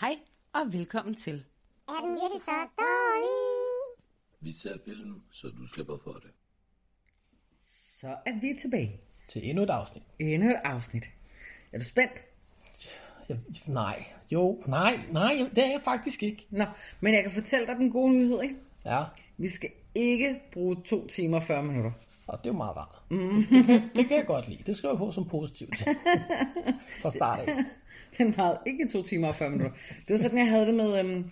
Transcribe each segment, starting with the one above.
Hej og velkommen til. Er den virkelig så dårlig? Vi ser film, så du slipper for det. Så er vi tilbage. til endnu et afsnit. Endnu et afsnit. Er du spændt? Jeg, nej, jo, nej, nej, det er jeg faktisk ikke. Nå, men jeg kan fortælle dig den gode nyhed, ikke? Ja, Vi skal ikke bruge to timer og 40 minutter. og det er jo meget rart. Mm. Det, det, kan, det kan jeg godt lide. Det skriver jeg på som positivt. Fra start af. Den varede ikke to timer og 40 minutter. Det var sådan, jeg havde det med... Øhm,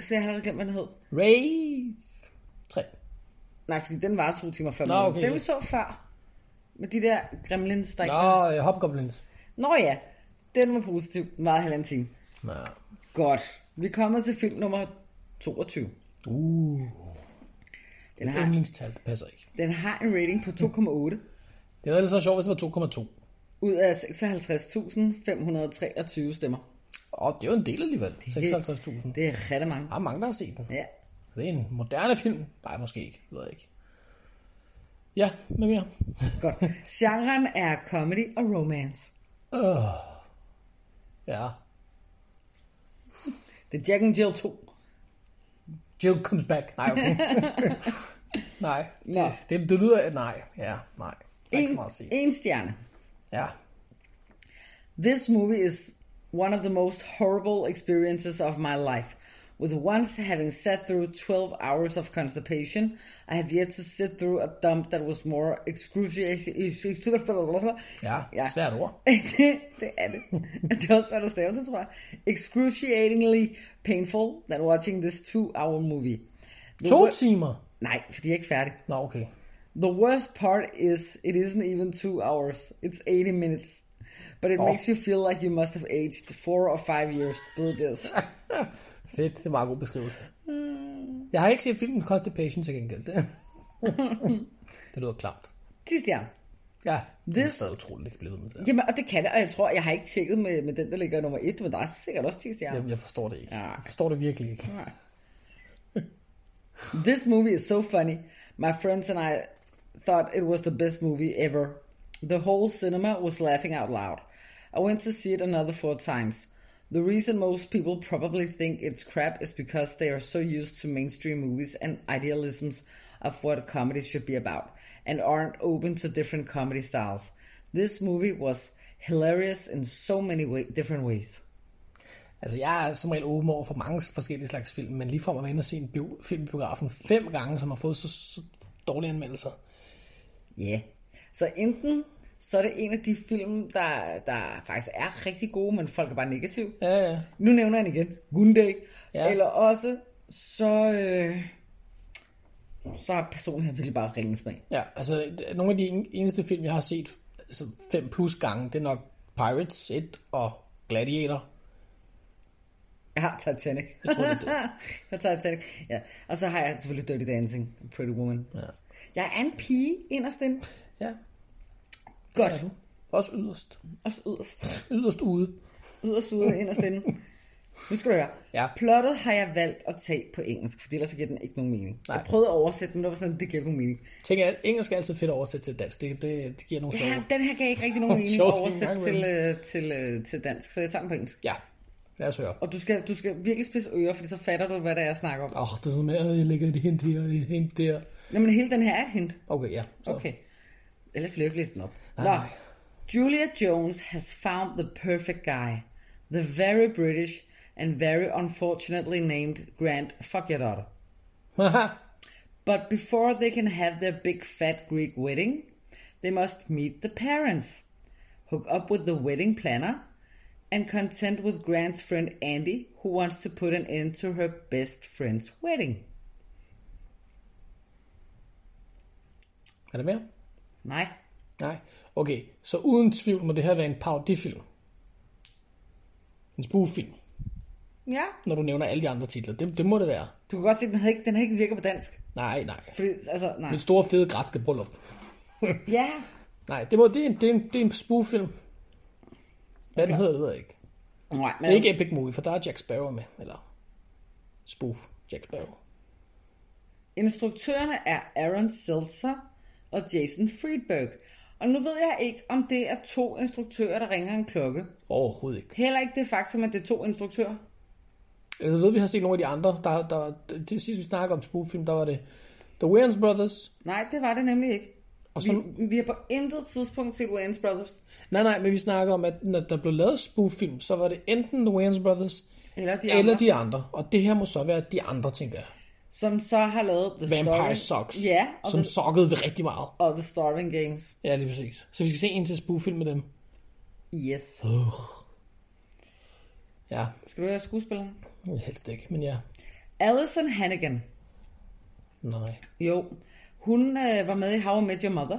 så jeg har allerede glemt, hvad den hed. Race 3. Nej, fordi den var to timer og 40 Nå, minutter. okay. Den vi så før. Med de der gremlins, der ikke var- Nå, øh, Hobgoblins. Nå ja, den var positiv. Den varede halvanden time. Nå. Godt. Vi kommer til film nummer 22. Uh, Den ja. har, yndlingstal, det passer ikke. den har en rating på 2,8 Det var ellers så sjovt, hvis det var 2,2. ud af 56.523 stemmer. Og det er jo en del alligevel. 56.000. Det er rigtig mange. Der er mange, der har set den. Ja. Det er en moderne film. Nej, måske ikke. Det ved jeg ikke. Ja, med mere. Godt. Genren er comedy og romance. Uh, ja. Det er Jack and Jill 2. Jill comes back. Nej, okay. nej, Nå. det, det, det lyder... Nej, ja, nej. Der er ikke så meget at sige. en stjerne. Ja, This movie is one of the most horrible experiences of my life. With once having sat through 12 hours of constipation, I have yet to sit through a dump that was more excruciating. ja, ja. svært ord. det, det er det. Det er også svært at stave til, tror jeg. Excruciatingly painful than watching this two-hour movie. The To wor- timer. Nej, for de er ikke færdige. Nå, okay. The worst part is it isn't even two hours. It's 80 minutes. But it makes you feel like you must have aged four or five years through this. Fedt, det er en meget god beskrivelse. Jeg har ikke set filmen Constipation til gengæld. Det, det lyder klamt. Sidste jern. Ja, det er This- stadig utroligt, det kan blive ved med det. der. Jamen, og det kan det, og jeg tror, jeg har ikke tjekket med, med den, der ligger nummer et, men der er sikkert også 10 stjerner. Jeg, jeg forstår det ikke. Ja. Jeg forstår det virkelig ikke. This movie is so funny. My friends and I thought it was the best movie ever. The whole cinema was laughing out loud. I went to see it another four times. The reason most people probably think it's crap is because they are so used to mainstream movies and idealisms of what comedy should be about and aren't open to different comedy styles. This movie was hilarious in so many way- different ways. Altså, jeg er som regel åben over for mange forskellige slags film, men lige for at være inde og se en bio, film i biografen fem gange, som har fået så, så dårlige anmeldelser. Ja. Yeah. Så enten så er det en af de film, der, der faktisk er rigtig gode, men folk er bare negative. Ja, ja. Nu nævner jeg den igen. Gunday. Ja. Ja. Eller også, så... Øh, så har personen her virkelig bare ringes med. Ja, altså d- nogle af de en- eneste film, jeg har set altså 5 plus gange, det er nok Pirates 1 og Gladiator. Jeg har Titanic. Jeg tror, det er det. jeg tager Titanic. Ja. Og så har jeg selvfølgelig Dirty Dancing. og Pretty Woman. Ja. Jeg er en pige inderst inde. Ja, Godt. det er du. Også yderst. Og så yderst. Yderst ude. yderst ude inderst inde. Nu skal du høre. Ja. Plottet har jeg valgt at tage på engelsk, for ellers så giver den ikke nogen mening. Nej. Nej. Jeg prøvede at oversætte den, men det var sådan, det giver ikke nogen mening. Tænk, at engelsk er altid fedt at oversætte til dansk. Det, det, det giver nogle sjove. Ja, den her gav ikke rigtig nogen mening at Sjovt, oversætte det er en til, gang øh, til, øh, til dansk, så jeg tager den på engelsk. Ja, lad os høre. Åh, Og du skal, du skal virkelig spidse ører, for så fatter du, hvad det er, jeg snakker om. Oh. oh, det er sådan med, at jeg lægger et hint her, et hint der. Jamen, hele den her er et hint. Okay, ja. Så. Okay. Ellers vil jeg ikke læse den op. Nej, Nå. nej. Julia Jones has found the perfect guy. The very British and very unfortunately named Grant Fuck your daughter. Haha. But before they can have their big fat Greek wedding, they must meet the parents, hook up with the wedding planner, and contend with Grant's friend Andy, who wants to put an end to her best friend's wedding. er der mere? Nej, Nej. Okay, så uden tvivl må det her være en parodifilm. en spoof-film, Ja. når du nævner alle de andre titler. Det, det må det være. Du kan godt se, at den havde ikke, den havde ikke virket på dansk. Nej, nej. Fordi, altså, nej. Min store fede græske bryllup. Ja. Nej, det, må, det, er en, det, er en, det er en spoof-film. Hvad den hedder, det ved jeg ikke. Nej, men... Det er ikke Epic Movie, for der er Jack Sparrow med. Eller spoof Jack Sparrow. Instruktørerne er Aaron Seltzer og Jason Friedberg. Og nu ved jeg ikke, om det er to instruktører, der ringer en klokke. Overhovedet ikke. Heller ikke det faktum, at det er to instruktører. Altså, jeg ved, vi har set nogle af de andre. Der, der, det sidste, vi snakkede om spoof-film, der var det The Wayans Brothers. Nej, det var det nemlig ikke. Og så, Vi, vi har på intet tidspunkt set Wayans Brothers. nej, nej, men vi snakker om, at når der blev lavet spoof-film, så var det enten The Wayans Brothers, Eller de eller andre. de andre. Og det her må så være de andre, tænker jeg. Som så har lavet The Vampire Story. Socks, Ja, og, som the, sokkede vi rigtig meget. og The Starving Games. Ja, lige præcis. Så vi skal se en til spoof-film med dem. Yes. Ja, Skal du høre skuespilleren? helst ikke, men ja. Alison Hannigan. Nej. Jo, hun øh, var med i How I Met Your Mother.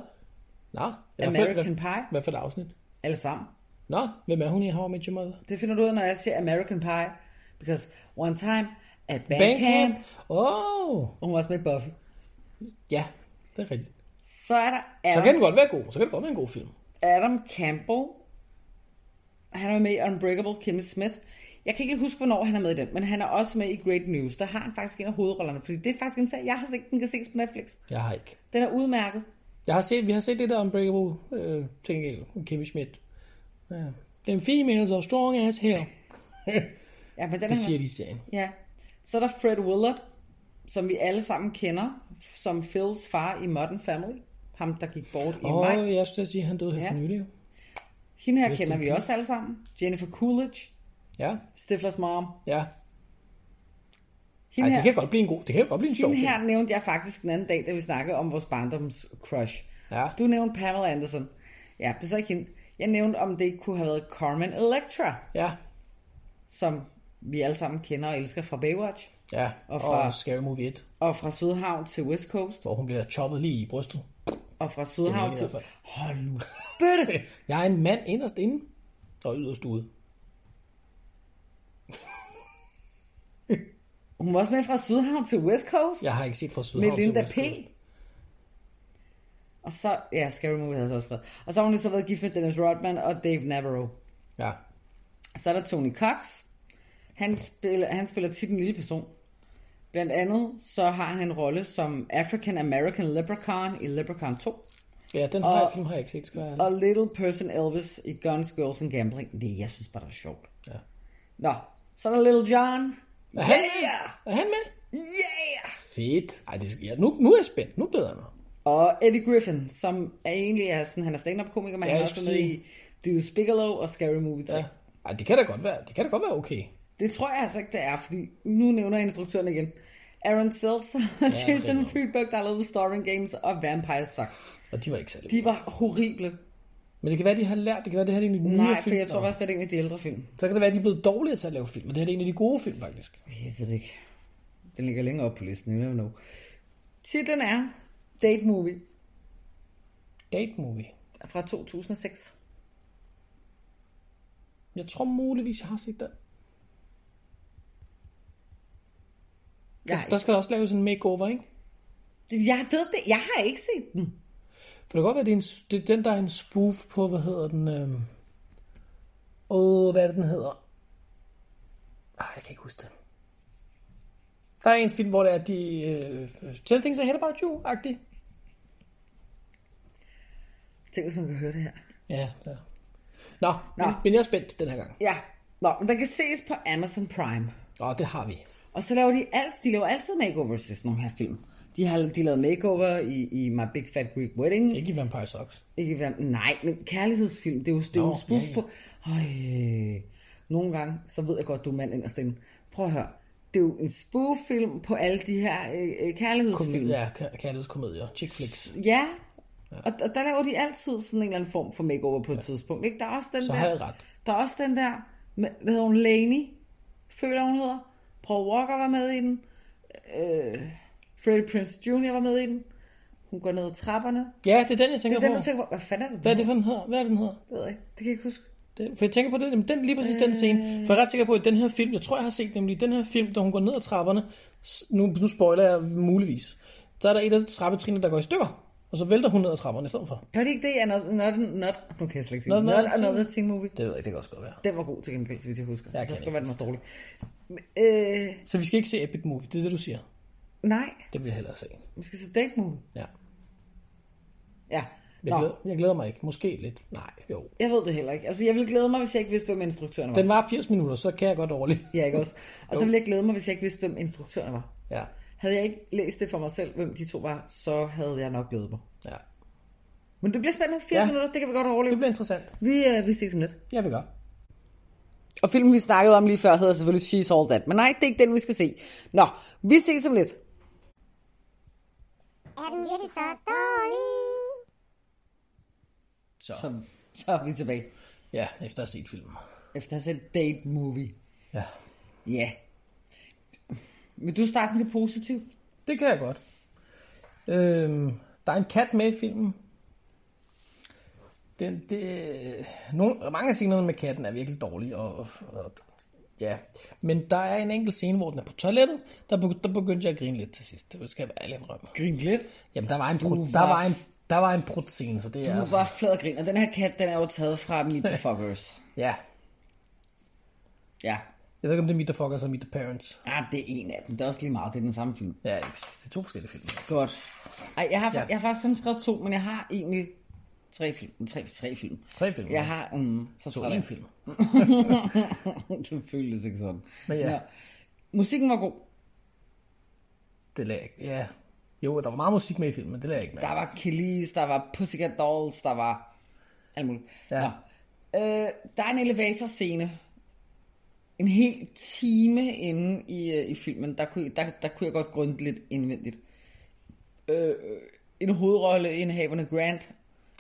Nå, i hvert fald- American Pie. Hvad for et afsnit? Alle sammen. Nå, hvem er hun i How I Met Your Mother? Det finder du ud af, når jeg siger American Pie. Because one time at band, Bandcamp. camp, Åh, oh, og hun var også med i Buffy. ja, det er rigtigt. Så er der Så kan Adam, den godt være god. Så kan det godt være en god film. Adam Campbell. Han er med i Unbreakable Kimmy Smith. Jeg kan ikke lige huske, hvornår han er med i den, men han er også med i Great News. Der har han faktisk en af hovedrollerne, fordi det er faktisk en serie, jeg har set, den kan ses på Netflix. Jeg har ikke. Den er udmærket. Jeg har set, vi har set det der Unbreakable øh, ting med Kimmy Schmidt. Ja. Den females are strong as hell. Ja, men den Det er siger de i serien. Ja. Så er der Fred Willard, som vi alle sammen kender, som Phils far i Modern Family. Ham, der gik bort i Åh, maj. oh, jeg skulle til at sige, at han døde her Ja. for nylig. jo. Hende her Hvis kender det vi kan. også alle sammen. Jennifer Coolidge, Ja, Stiflers mom. ja. Hende Ej, det her, kan godt blive en god, det kan godt blive en sjov hende film. her nævnte jeg faktisk den anden dag, da vi snakkede om vores barndoms crush. Ja. Du nævnte Pamela Anderson. Ja, det er så ikke hende. Jeg nævnte, om det kunne have været Carmen Electra, Ja, som vi alle sammen kender og elsker fra Baywatch. ja. Og, Og fra... fra- og Scary Movie 1, Og fra Sydhavn til West Coast. hvor hun bliver choppet lige i brystet. Og fra Sydhavn Det til... er i hvert fald. Hold nu. Bøtte! Jeg er en mand inderst inde og yderst ude. Hun var også med fra Sydhavn til West Coast. Jeg har ikke set fra Sydhavn med Linda West P. Coast. Og så, ja, Scary Movie havde jeg så også skrevet. Og så har hun jo så været gift med Dennis Rodman og Dave Navarro. Ja, Så er der Tony Cox. Han spiller, han spiller tit en lille person. Blandt andet så har han en rolle som African American Leprechaun i Leprechaun 2. ja den har Og- jeg, film har jeg ikke set, skal jeg ærlig. Og Little Person Elvis i Guns, Girls and Gambling. Nej, jeg synes bare, det er sjovt. Ja. Nå, så er der Little John. Er han, Yeah! er han med? Yeah! Fedt. Ej, det skal, ja, nu, nu er jeg spændt. Nu glæder jeg mig. Og Eddie Griffin, som er egentlig er sådan, han er stand-up komiker, men ja, Ja, han er jeg også skulle med i Deuce Bigelow og Scary Movie 3. Ja. Ja. Ej, det kan da godt være. Det kan da godt være okay. Det tror jeg altså ikke, det er, fordi nu nævner jeg instruktøren igen. Aaron Seltzer og det er Jason nok. Friedberg, der har lavet The Starving Games og Vampire Sucks. Og de var ikke særlig De var horrible. Men det kan være, de har lært. Det kan være, det her er en af de nye Nej, for film. jeg tror faktisk, det er en af de ældre film. Så kan det være, at de er blevet dårligere til at lave film. Og det her er en af de gode film, faktisk. Jeg ved det ikke. Den ligger længere op på listen, you never know. Titlen er Date Movie Date movie. fra 2006. Jeg tror muligvis, jeg har set den. Jeg, Der skal der også laves en makeover, ikke? jeg ved det, jeg har ikke set den. For det kan godt være, at det er, en, det er den, der er en spoof på, hvad hedder den? Øhm... Åh, hvad er det, den hedder? Ej, jeg kan ikke huske det. Der er en film, hvor det er de... Øh, 10 Things I Hate About You-agtige. Tænk, hvis man kan høre det her. Ja, ja. Nå, Nå. Nå. Men, men jeg er spændt den her gang. Ja, Nå, men den kan ses på Amazon Prime. Åh, det har vi. Og så laver de alt, de laver altid makeovers i sådan nogle her film. De har de lavede makeover i, i My Big Fat Greek Wedding. Ikke i Vampire Socks. Ikke hvad, nej, men kærlighedsfilm, det er jo, det er jo Nå, en spus ja, ja. på. Øj, nogle gange, så ved jeg godt, du er mand ind og stemme. Prøv at høre. Det er jo en spoof-film på alle de her øh, øh, kærlighedsfilm. Ja, kær- kærlighedskomedier. Chick flicks. Ja. Og, og der laver de altid sådan en eller anden form for makeover på et tidspunkt. Ikke? Der er også den Så der, har jeg ret. Der er også den der, med, hvad hedder hun, Laney, føler hun hedder. Paul Walker var med i den. Øh, Freddie Prince Jr. var med i den. Hun går ned ad trapperne. Ja, det er den, jeg tænker Det er den, på. du tænker på. Hvad fanden er det? Hvad er det for den hedder? Hvad er det, den hedder? Det ved jeg ikke. Det kan jeg ikke huske. Den, for jeg tænker på den, jamen, den lige præcis øh... den scene. For jeg er ret sikker på, at den her film, jeg tror, jeg har set nemlig den her film, da hun går ned ad trapperne, s- nu, nu spoiler jeg muligvis, så er der et af trappetrinene, der går i stykker, og så vælter hun ned ad trapperne i stedet for. Gør de ikke det? i Another, not, not, nu kan jeg slet ikke sige Not det. Not, Another Another Teen Movie. Det ved jeg ikke, det kan også godt være. Den var god til gengæld, så vidt jeg husker. Jeg Jeg kan kan ikke skal være, den var dårlig. Men, Øh, Så vi skal ikke se Epic Movie, det er det, du siger. nej, Det vil jeg hellere se. vi skal se Date Movie. Ja. Ja, Jeg, Nå, glæder, jeg glæder mig ikke. Måske lidt. Nej, jo. jeg ved det heller ikke. Altså, jeg ville glæde mig, hvis jeg ikke vidste, hvem instruktøren var. Den var 80 minutter, så kan jeg godt overleve. Ja, ikke også? Og så ville jeg glæde mig, hvis jeg ikke vidste, hvem instruktøren var. Ja. Havde jeg ikke læst det for mig selv, hvem de to var, så havde jeg nok glædet mig. ja. Men det bliver spændende. 80 Ja. ja. minutter, det kan vi godt Det overleve. bliver interessant. Vi, øh, vi ses om lidt. Jeg vil gøre. Og filmen, vi snakkede om lige før, hedder selvfølgelig She's All That. Men nej, det er ikke den, vi skal se. Nå, vi ses om lidt. Er den virkelig så dårlig? Så, så er vi tilbage. Ja, efter at have set filmen. Efter at have set Date Movie. Ja. Ja. Vil du starte med det positive? Det kan jeg godt. Øhm, der er en kat med i filmen. Den, det, nogle, mange af scenerne med katten er virkelig dårlige. Og, og, og, ja. Men der er en enkelt scene, hvor den er på toilettet. Der, be- der begyndte jeg at grine lidt til sidst. Det skal jeg være ærlig indrømme. Grin lidt. Jamen, der var en, Du brud, der var- var en, der var en brudscene, så det er... Du var flad og grin, og den her kat, den er jo taget fra Meet the Fuckers. Ja. Ja. Jeg ved ikke, om det er Meet the Fuckers og Meet the Parents. Ah, det er en af dem. Det er også lige meget. Det er den samme film. Ja, præcis. det er to forskellige film. Godt. Ej, jeg har, Ja. ja. jeg har faktisk kun skrevet to, men jeg har egentlig tre film. Tre, tre film. Tre film. Jeg har... Um, så Så tror jeg. en film. det føles ikke sådan. Men ja. Nå. Musikken var god. Det lagde jeg ikke. Ja. Jo, der var meget musik med i filmen, men det lagde jeg ikke med. Der var Kelly's, der var Pussycat Dolls, der var alt muligt. Ja. Nå. Øh, der er en elevatorscene. En hel time inde i, øh, i filmen, der kunne, der, der kunne jeg godt grunde lidt indvendigt. Øh, øh, en hovedrolle indhaverne Grant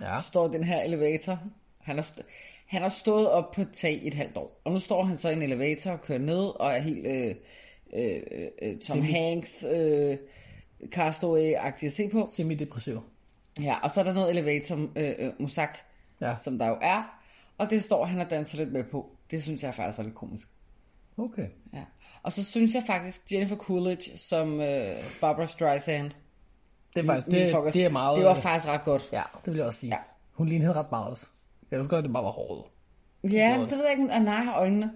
Ja. står i den her elevator. Han har, st- han har stået op på et tag i et halvt år, og nu står han så i en elevator og kører ned og er helt øh, øh, øh, Tom Hanks øh, castaway-agtig at se på. Semi-depressiv. Ja, og så er der noget elevator øh, øh, musak, Ja. ja. som der jo er. Og det står han og danser lidt med på. Det synes jeg faktisk var lidt komisk. Okay. Ja. Og så synes jeg faktisk Jennifer Coolidge som øh, Barbara Streisand. Det er faktisk, Mine det, fuckers, det er meget... Det var faktisk ret godt. Ja, det vil jeg også sige. Ja. Ja. Hun lignede ret meget også. Jeg husker, at det bare var håret. Ja, det ved jeg ikke. Ah, nej, har øjnene.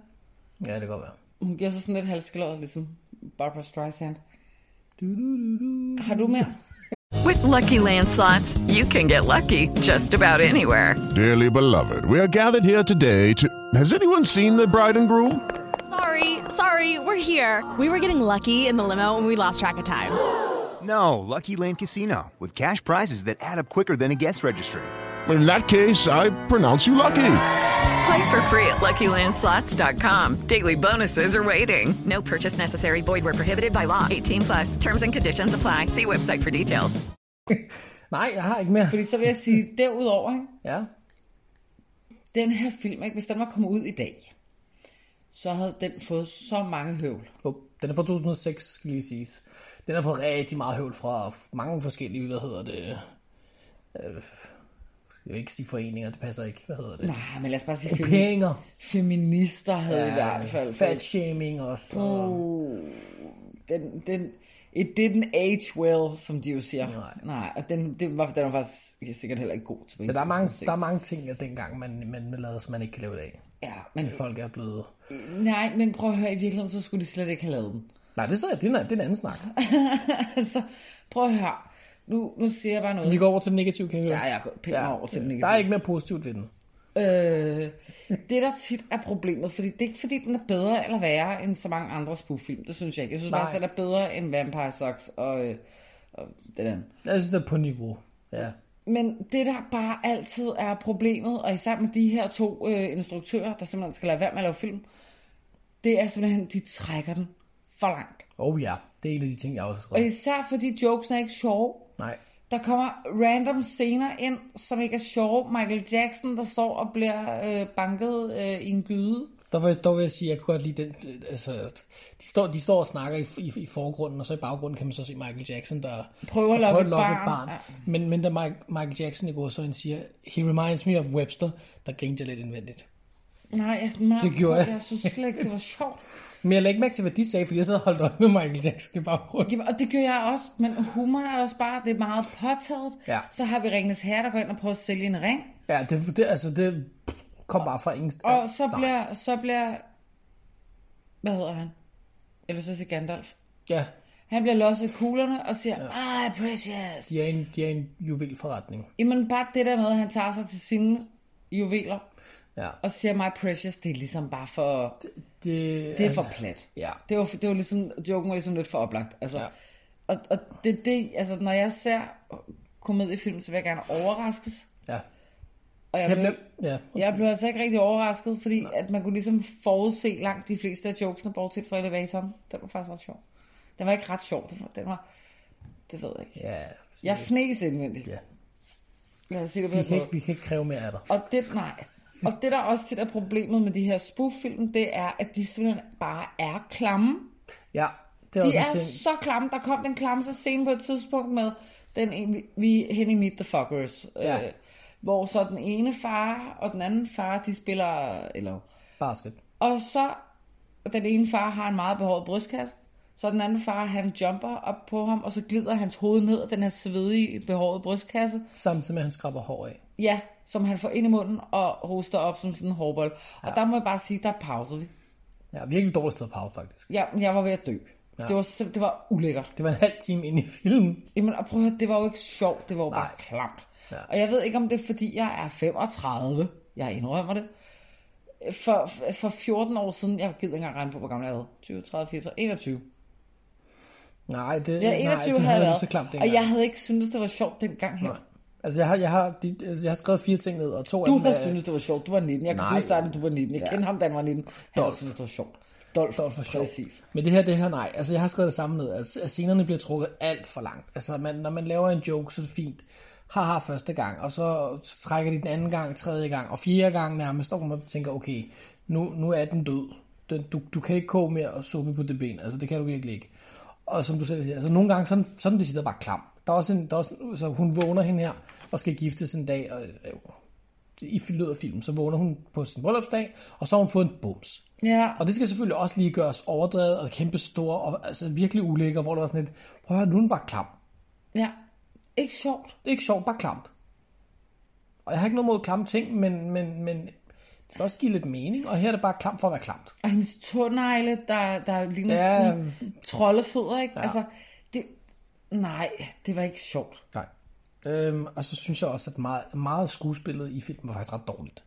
Ja, det kan godt være. Hun gjorde så sådan lidt halskeløjet, ligesom Barbara Streisand. Har du mere? With Lucky Land slots, you can get lucky just about anywhere. Dearly beloved, we are gathered here today to. Has anyone seen the bride and groom? Sorry, sorry, we're here. We were getting lucky in the limo and we lost track of time. No, Lucky Land Casino with cash prizes that add up quicker than a guest registry. In that case, I pronounce you lucky. Play for free at LuckyLandSlots.com. Daily bonuses are waiting. No purchase necessary. Void were prohibited by law. 18 plus. Terms and conditions apply. See website for details. Nej, jeg har ikke mere. Fordi så vil jeg sige, derudover, ikke? Ja. den her film, ikke? hvis den var kommet ud i dag, så havde den fået så mange høvl. Jo, Den er fra 2006, skal lige siges. Den har fået rigtig meget høvl fra mange forskellige, hvad hedder det... øh, Jeg vil ikke sige foreninger, det passer ikke. Hvad hedder det? Nej, men lad os bare sige, femi- Pænger. feminister havde ja, i hvert fald. Uh, Fat shaming også. Og, Den, den, it didn't age well, som de jo siger. Nej. Nej og den, det var, den var faktisk ja, sikkert heller ikke god tilbage. men der er, mange, 2006. der er mange ting, at dengang man, man lavede, som man ikke kan lave i dag. Ja, men, At folk er blevet... nej, men prøv at høre, i virkeligheden, så skulle de slet ikke have lavet den. Nej, det er, så, det er, en- det er en anden snak. altså, prøv at høre. Nu, nu siger jeg bare noget. Vi går over til den negative, kan vi høre? Ja, jeg går pænt mig over til den Der negative. er ikke mere positivt ved den. Øh, det der tit er problemet, fordi det er ikke fordi, den er bedre eller værre end så mange andre spoof-film. Det synes jeg ikke. Jeg synes Nej. faktisk, den er bedre end Vampire Sucks og, øh, og den anden. Jeg synes, det er på niveau. Ja. Men det der bare altid er problemet, og især med de her to øh, instruktører, der simpelthen skal lade være med at lave film, det er simpelthen, de trækker den for langt. Oh ja, det er en af de ting, jeg også har Og skrevet. især fordi jokesen er ikke sjove. Nej. Der kommer random scener ind, som ikke er sjove. Michael Jackson, der står og bliver øh, banket øh, i en gyde. Der vil, der vil jeg sige, at jeg kunne godt lide den, altså, de står, de står og snakker i, i, i forgrunden, og så i baggrunden kan man så se Michael Jackson, der Prøver at der lokke et barn. barn. Men, men da Mike, Michael Jackson i går så han siger, he reminds me of Webster, der grinte jeg lidt indvendigt. Nej, jeg, meget, Det gjorde jeg. Jeg synes slet ikke, det var sjovt. Men jeg lagde ikke mærke til, hvad de sagde, fordi jeg sad og holdt øje med Michael Jackson i baggrunden. Jamen, og det gør jeg også, men humor er også bare, det er meget påtaget. Ja. Så har vi Ringens Herre, der går ind og prøver at sælge en ring. Ja, det, det, altså, det kom bare fra ingen sted. Og så bliver, så bliver, hvad hedder han? Eller så siger Gandalf. Ja, Han bliver losset i kuglerne og siger, ah, precious. de er en, de er en juvelforretning. Jamen bare det der med, at han tager sig til sine juveler Ja. og siger, my precious, det er ligesom bare for, Det, altså, det er for plat. Ja. Det var, det var ligesom, joken var ligesom lidt for oplagt. Altså, Ja. ja. Og, og det, det, altså, når jeg ser komediefilm, så vil jeg gerne overraskes. Ja. Og jeg, Jeg blev, blev, ja. jeg blev altså ikke rigtig overrasket, fordi at man kunne ligesom forudse langt de fleste af jokesene, bortset fra elevatoren. Den var faktisk ret sjov. Den var ikke ret sjov, den var, den var det ved jeg ikke. ja. Jeg fnæs indvendigt. Ja. Lad os sige det på Vi, den kan måde. ikke, vi kan ikke kræve mere af dig. Og det, nej. Og det, der også tit er problemet med de her spoof-film, det er, at de simpelthen bare er klamme. Ja, det er De også en er ting. så klamme. Der kom den klamme så scene på et tidspunkt med den ene, vi- vi hen i Meet the Fuckers. Ja. Øh, hvor så den ene far og den anden far, de spiller... Eller, Basket. og så den ene far har en meget behåret brystkasse, så den anden far, han jumper op på ham, og så glider hans hoved ned af den her svedige, behårede brystkasse. Samtidig med, at han skraber hår af. Ja, som han får ind i munden og hoster op som sådan en hårbold. Og der må jeg bare sige, der pausede vi. Ja, virkelig dårligt sted at pause, faktisk. Jeg, jeg var ved at dø. Ja. Det, var, simp- det var ulækkert. Det var en halv time ind i filmen. Jamen, og prøv at høre, det var jo ikke sjovt, det var jo bare Nej. klamt. Ja. Ja. Og jeg ved ikke, om det er, fordi jeg er 35. Jeg indrømmer det. For, for 14 år siden, jeg gider ikke engang regne på, hvor gammel jeg var. 20, 30, 40, 21. Nej, det, Jeg er 21 nej, den havde jeg lige været, så klamt og dengang. jeg havde ikke syntes, det var sjovt dengang her. Nej. Altså, jeg har, jeg, har, de, altså, jeg har skrevet fire ting ned, og to af Du dem havde syntes, det var sjovt. Du var 19. Jeg kan øh, Nej. huske, at du var 19. Jeg Ja. ja. kendte ham, da han var 19. Han havde Dolph. syntes, det var sjovt. Dolph, Dolph var sjov. Præcis. Men det her, det her, nej. Altså, jeg har skrevet det samme ned, at at scenerne bliver trukket alt for langt. Altså, man, når man laver en joke, så er det fint. Haha, første gang, og så trækker de den anden gang, tredje gang, og fjerde gang nærmest, og man tænker, okay, nu, nu er den død. Den, du, du kan ikke koge mere og suppe på det ben, altså det kan du virkelig ikke. Og som du selv siger, altså nogle gange, sådan, sådan det sidder bare klam. Der er også en, der er også, så hun vågner hende her, og skal giftes en dag, og øh, i løbet af filmen, så vågner hun på sin bryllupsdag, og så har hun fået en bums. Ja. Og det skal selvfølgelig også lige gøres overdrevet og kæmpe stor og altså virkelig ulækker, hvor det var sådan lidt, prøv at høre, nu er den bare klam. Ja. Ikke sjovt. Det er ikke sjovt, bare klamt. Og jeg har ikke noget mod klamme ting, men, men, men det skal også give lidt mening, og her er det bare klamt for at være klamt. Og hendes tånegle, der, der ligner ja. Ja. sådan troldefødder, ikke? Ja. Altså, det, nej, det var ikke sjovt. Nej. Øhm, og så synes jeg også, at meget, meget af skuespillet i filmen var faktisk ret dårligt.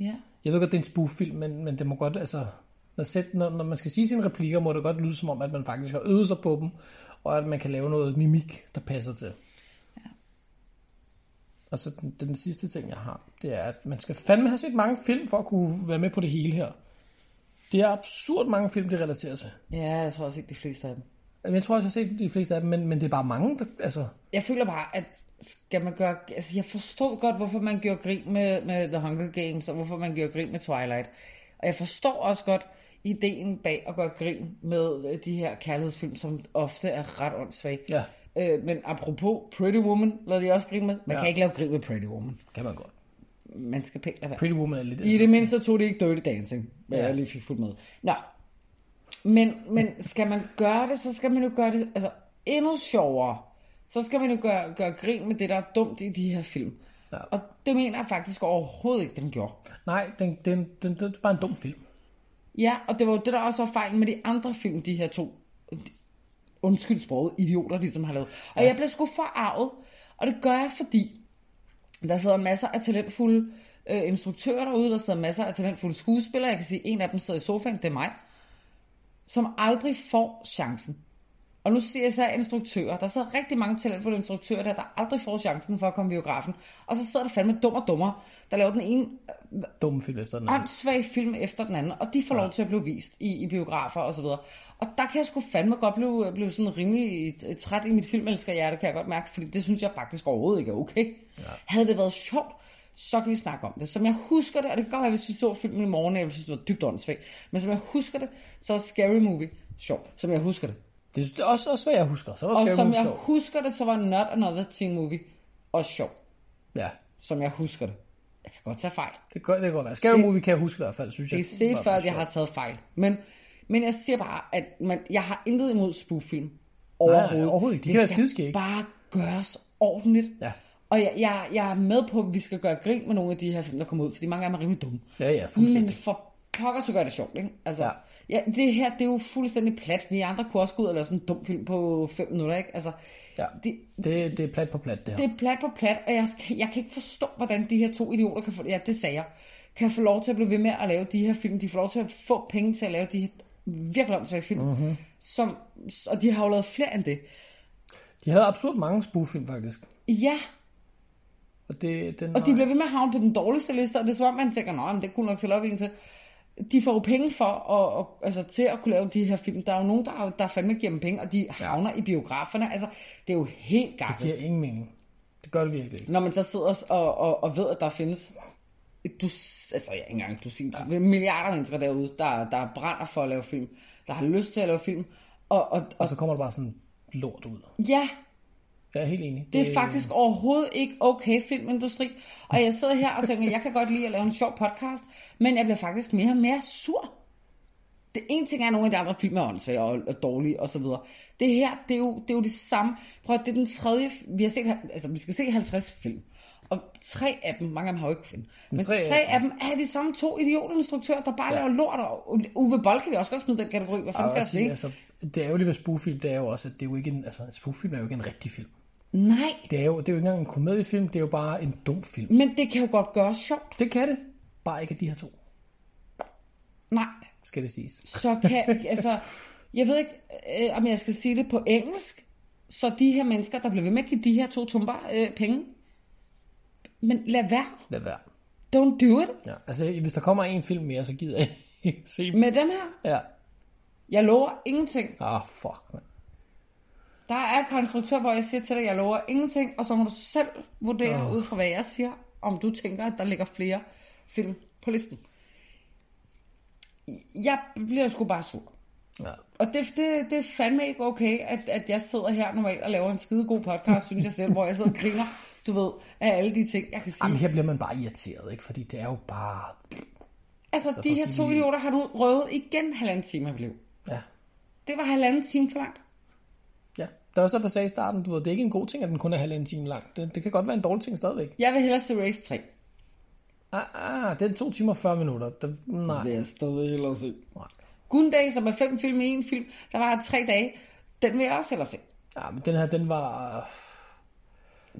Ja. Jeg ved godt, det er en spoof-film, men, men det må godt, altså... Når, sæt, når, når man skal sige sine replikker, må det godt lyde som om, at man faktisk har øvet sig på dem, og at man kan lave noget mimik, der passer til. Ja. Og så den, den sidste ting, jeg har, det er, at man skal fandme have set mange film, for at kunne være med på det hele her. Det er absurd mange film, det relaterer til. Ja, jeg tror også ikke de fleste af dem. Jeg tror også, jeg har set de fleste af dem, men, men det er bare mange, der, altså... Jeg føler bare, at skal man gøre... Altså, jeg forstod godt, hvorfor man gjorde grin med, med The Hunger Games, og hvorfor man gjorde grin med Twilight. Og jeg forstår også godt ideen bag at gøre grin med øh, de her kærlighedsfilm, som ofte er ret åndssvage. Ja. Øh, men apropos Pretty Woman, lavede de også grin med. Man Ja. ja. kan ikke lave grin med Pretty Woman. Kan man godt. Man skal pænt lade være. Pretty Woman er lidt... altså. I det mindste tog det ikke Dirty Dancing, hvad Ja. ja. jeg lige fik fuldt med. Nå. Men, men skal man gøre det, så skal man jo gøre det altså, endnu sjovere. Så skal man jo gøre, gøre grin med det, der er dumt i de her film. Ja. Og det mener jeg faktisk overhovedet ikke, den gjorde. Nej, den, den, den, den, det er bare en dum film. Ja, og det var jo det, der også var fejlen med de andre film, de her to, undskyld sproget, idioter, de som har lavet. Og ja. jeg blev sgu forarvet, og det gør jeg, fordi der sidder masser af talentfulde øh, instruktører derude, der sidder masser af talentfulde skuespillere. Jeg kan sige, en af dem sidder i sofaen, det er mig, som aldrig får chancen. Og nu siger jeg så instruktører. Der sidder rigtig mange talentfulde instruktører, der, der aldrig får chancen for at komme i biografen. Og så sidder der fandme dumme og dummere, der laver den ene Dum film efter den anden. åndssvage film efter den anden, og de får ja. lov til at blive vist i, i biografer og så videre. Og der kan jeg sgu fandme godt blive, blive sådan rimelig øh, træt i mit filmelsker det kan jeg godt mærke, fordi det synes jeg faktisk overhovedet ikke er okay. Ja. Havde det været sjovt, så kan vi snakke om det. Som jeg husker det, og det kan godt være, hvis vi så filmen i morgen, jeg ville synes, det var dybt åndssvagt, men som jeg husker det, så er Scary Movie sjov, som jeg husker det. Det synes jeg også, også, hvad jeg husker. Så var Og Scary som Movie jeg sjov. husker det, så var Not Another Teen Movie også sjov, Ja. som jeg husker det. Jeg kan godt tage fejl. Det kan, det kan godt være. Scary Movie kan jeg huske i hvert fald, synes jeg. Det er set før, at jeg har taget fejl. Men, men jeg siger bare, at man, jeg har intet imod spoof-film. Overhovedet. overhovedet ikke. De Det kan være skal skideskæg. bare gøres ordentligt. Ja. Og jeg, jeg, jeg er med på, at vi skal gøre grin med nogle af de her film, der kommer ud, fordi mange af dem er rimelig dumme. Ja, ja, fuldstændig. Men for pokker, så gør det sjovt, ikke? Altså, ja. Ja, det her, det er jo fuldstændig plat. Vi andre kunne også gå ud og lave sådan en dum film på 5 minutter, ikke? Altså, Ja. det, Det, det er plat på plat, det her. det er plat på plat, og jeg, skal- jeg kan ikke forstå, hvordan de her to idioter kan få, ja, det sagde jeg, kan få lov til at blive ved med at lave de her film. De får lov til at få penge til at lave de her virkelig åndssvage film. Mhm. Mm-hmm. Som, og de har jo lavet flere end det. De havde absurd mange spoof-film, faktisk. Ja, Og, det, den og har- de bliver ved med at havne på den dårligste liste, og det er som om, man tænker, nej, det kunne nok til op en til. De får jo penge for at, og, altså, til at kunne lave de her film. Der er jo nogen, der, er- der fandme giver dem penge, og de havner i biograferne. Altså, det er jo helt Det gakkelt. giver ingen mening. Det gør det virkelig ikke. Når man så sidder og, og, og ved, at der findes et dus, altså ja, ikke engang et dusin, ja. milliarder af mennesker derude, der, der brænder for at lave film, der har lyst til at lave film. Og, og, og Og så kommer der bare sådan lort ud. ja, Jeg er helt enig. det er faktisk overhovedet ikke okay filmindustri. Og jeg sidder her og tænker, jeg kan godt lide at lave en sjov podcast, men jeg bliver faktisk mere og mere sur. Det ene ting er, at nogle af de andre film er åndssvage og, og dårlige og så videre. Det her, det er jo det, er jo det samme. Prøv at det er den tredje, vi har set, altså vi skal se 50 film. Og tre af dem, mange af dem har jo ikke film, men tre tre, af tre af dem er de samme to idiotinstruktører, der bare ja. laver lort. Og Uwe Boll kan vi også godt smide i den kategori. Hvad Jeg fanden vil skal også der sige, sige, altså, det ærgerlige ved spoof-film, det er jo også, at det er jo ikke en, altså, en spoof-film er jo ikke en rigtig film. Nej, Det er jo, det er jo ikke engang en komediefilm, det er jo bare en dum film. men det kan jo godt gøre sjovt. Det kan det. Bare ikke af de her to, Nej, skal det siges. så kan, altså, jeg ved ikke, øh, om jeg skal sige det på engelsk, så de her mennesker, der bliver ved med at give de her to tumper øh, penge, men lad være, Lad være. don't do it Ja, altså, hvis der kommer en film mere, så gider jeg ikke se dem. med dem her. Ja. Jeg lover ingenting. Ah, fuck, man. Der er et par instruktører, hvor jeg siger til dig, jeg lover ingenting, og så må du selv vurdere oh. ud fra, hvad jeg siger, om du tænker, at der ligger flere film på listen. Jeg bliver sgu bare sur. Ja. Og det, det, det er fandme ikke okay, at, at jeg sidder her normalt og laver en skide god podcast, synes jeg selv, hvor jeg sidder og griner, du ved, af alle de ting, jeg kan sige. Jamen, her bliver man bare irriteret, ikke? Fordi det er jo bare... altså, de for her sig to lige- idioter har du røvet igen halvanden time af mit liv. Ja. Det var halvanden time for langt. Ja. Det er også derfor, jeg sagde i starten, du ved, det er ikke en god ting, at den kun er halvanden time lang. Det, det kan godt være en dårlig ting stadigvæk. Jeg vil hellere se Race 3. Ah, ah, det er to timer og 40 minutter. Der, nej. jeg stadig hellere se. nej. Gundag, som er fem film i en film, der var tre dage, den vil jeg også hellere se. Ja, Ah, men den her, den var...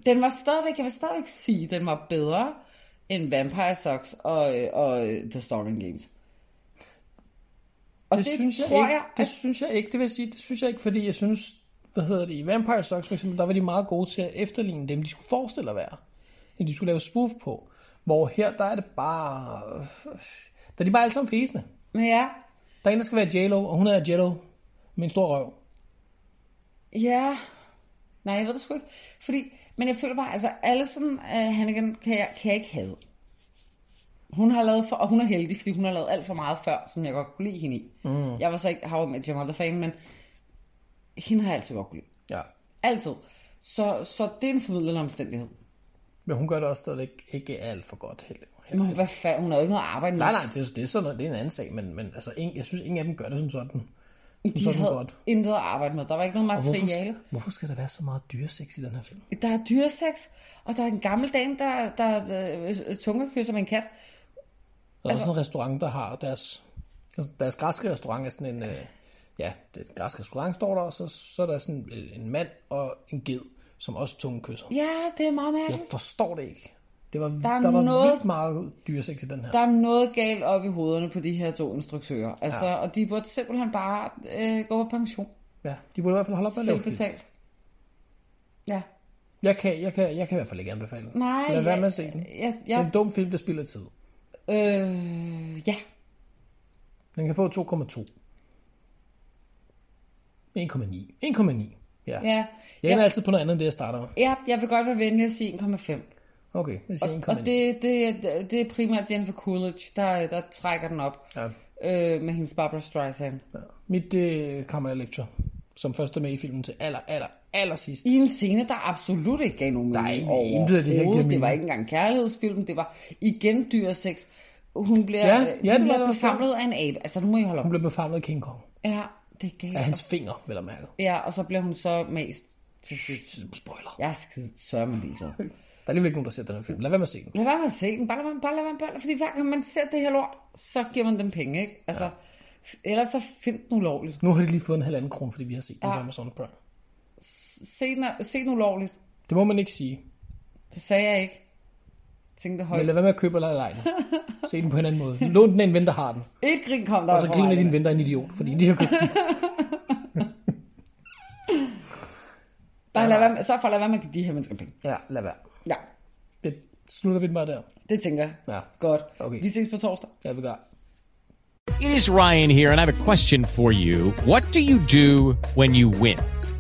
Den var stadigvæk, jeg vil stadigvæk sige, den var bedre end Vampire Socks og, øh, og øh, The Starring Games. Og det, det synes jeg tror ikke. jeg, det synes jeg ikke. Det vil jeg sige, det synes jeg ikke, fordi jeg synes, hvad hedder det, i Vampire Socks for eksempel, der var de meget gode til at efterligne dem, de skulle forestille at være. Dem, de skulle lave spoof på. Hvor her, der er det bare... Der er de bare alle sammen fæsende. Men ja, Der er en, der skal være J-Lo, og hun er J-Lo med en stor røv. Ja. Nej, jeg ved det sgu ikke. Fordi, men jeg føler bare, altså Alison uh, Hannigan kan jeg, kan jeg ikke have. Hun har lavet for, og hun er heldig, fordi hun har lavet alt for meget før, som jeg godt kunne lide hende i. Mm. Jeg var så ikke How I Met Your Mother fan, men hende har jeg altid godt kunne lide. Ja. Altid. Så, så det er en formidlende omstændighed. Men hun gør det også stadigvæk ikke alt for godt heller. Men hun, hvad fa- hun har jo ikke noget at arbejde med. Nej, nej, det, er- det, er sådan noget, det er en anden sag, men, men altså, ingen, jeg synes, ingen af dem gør det som sådan. Som De sådan havde godt. intet at arbejde med. Der var ikke noget Og hvorfor, materiale. skal, hvorfor skal der være så meget dyreseks i den her film? Der er dyresex, og der er en gammel dame, der, der, der øh, tungekysser med en kat. Der er altså, også en restaurant, der har deres... altså, Deres græske restaurant er sådan en... Øh, ja, det er et græsk restaurant, står der, og så, så er der sådan en, en mand og en ged, som også tunge kysser. Ja, det er meget mærkeligt. Jeg forstår det ikke. Det var, der, er der var noget- vildt meget dyreseks i den her. Der er noget galt op i hovederne på de her to instruktører. Altså, ja. Og de burde simpelthen bare øh, gå på pension. Ja, de burde i hvert fald holde op med at lave film. Selvbetalt. Ja. Jeg kan, jeg, kan, jeg kan i hvert fald ikke anbefale den. Nej, Lad være jeg- med at se den. jeg- Det er jeg- en dum film, der spilder tid. Øh, ja. Den kan få 2,2. 1,9. 1,9. Ja. Ja. Jeg ender Ja. altid på noget andet, end det jeg starter med. ja. Jeg vil godt være venlig at sige 1,5. Okay, jeg siger 1,9. Og det, det, det- det er primært Jennifer Coolidge, der, der trækker den op Ja. øh, med hendes Barbara Streisand. Mit øh, Carmen Electra. som først er med i filmen til aller, aller, aller sidst. I en scene, der absolut ikke gav nogen er mening ikke- intet af det her giver overhovedet. Det var mening. ikke engang en kærlighedsfilm. Det var igen dyr sex. Hun bliver, Ja, ja, ja, ja, det hun var bliver det også. befamlet af en abe. Altså, nu må I holde op. Hun blev befamlet af King Kong. Ja, det gav. Af hans fingre, vel at mærke. Ja, og så bliver hun så mest til sidst. Spoiler. Jeg er skide sørme ligeglad. Der er alligevel ikke nogen, der ser den her film. Lad være med at se den. Lad være med at se den. Bare lad være med, bare lad være med, bare lad være. Fordi hver gang man ser det her lort, så giver man dem penge, ikke? Altså, ja. ellers så find den ulovligt. Nu har de lige fået en halvanden krone, fordi vi har set den på Ja. Amazon Prime. Se den, se den ulovligt. Det må man ikke sige. Det sagde jeg ikke. Tænkte højt. Men lad være med at købe eller lege den. Se den på en anden måde. Lån den af en ven, der har den. Et grin kom der Og så fra griner mig. din ven, der er en idiot, fordi de har købt den. Bare lad være med, så for at lade være med at give de her mennesker penge. Ja, lad være. Ja, Det slutter vi den bare der. det tænker jeg. Ja. Godt. Okay. Vi ses på torsdag. Ja, vi gør. It is Ryan here, and I have a question for you. What do you do when you win?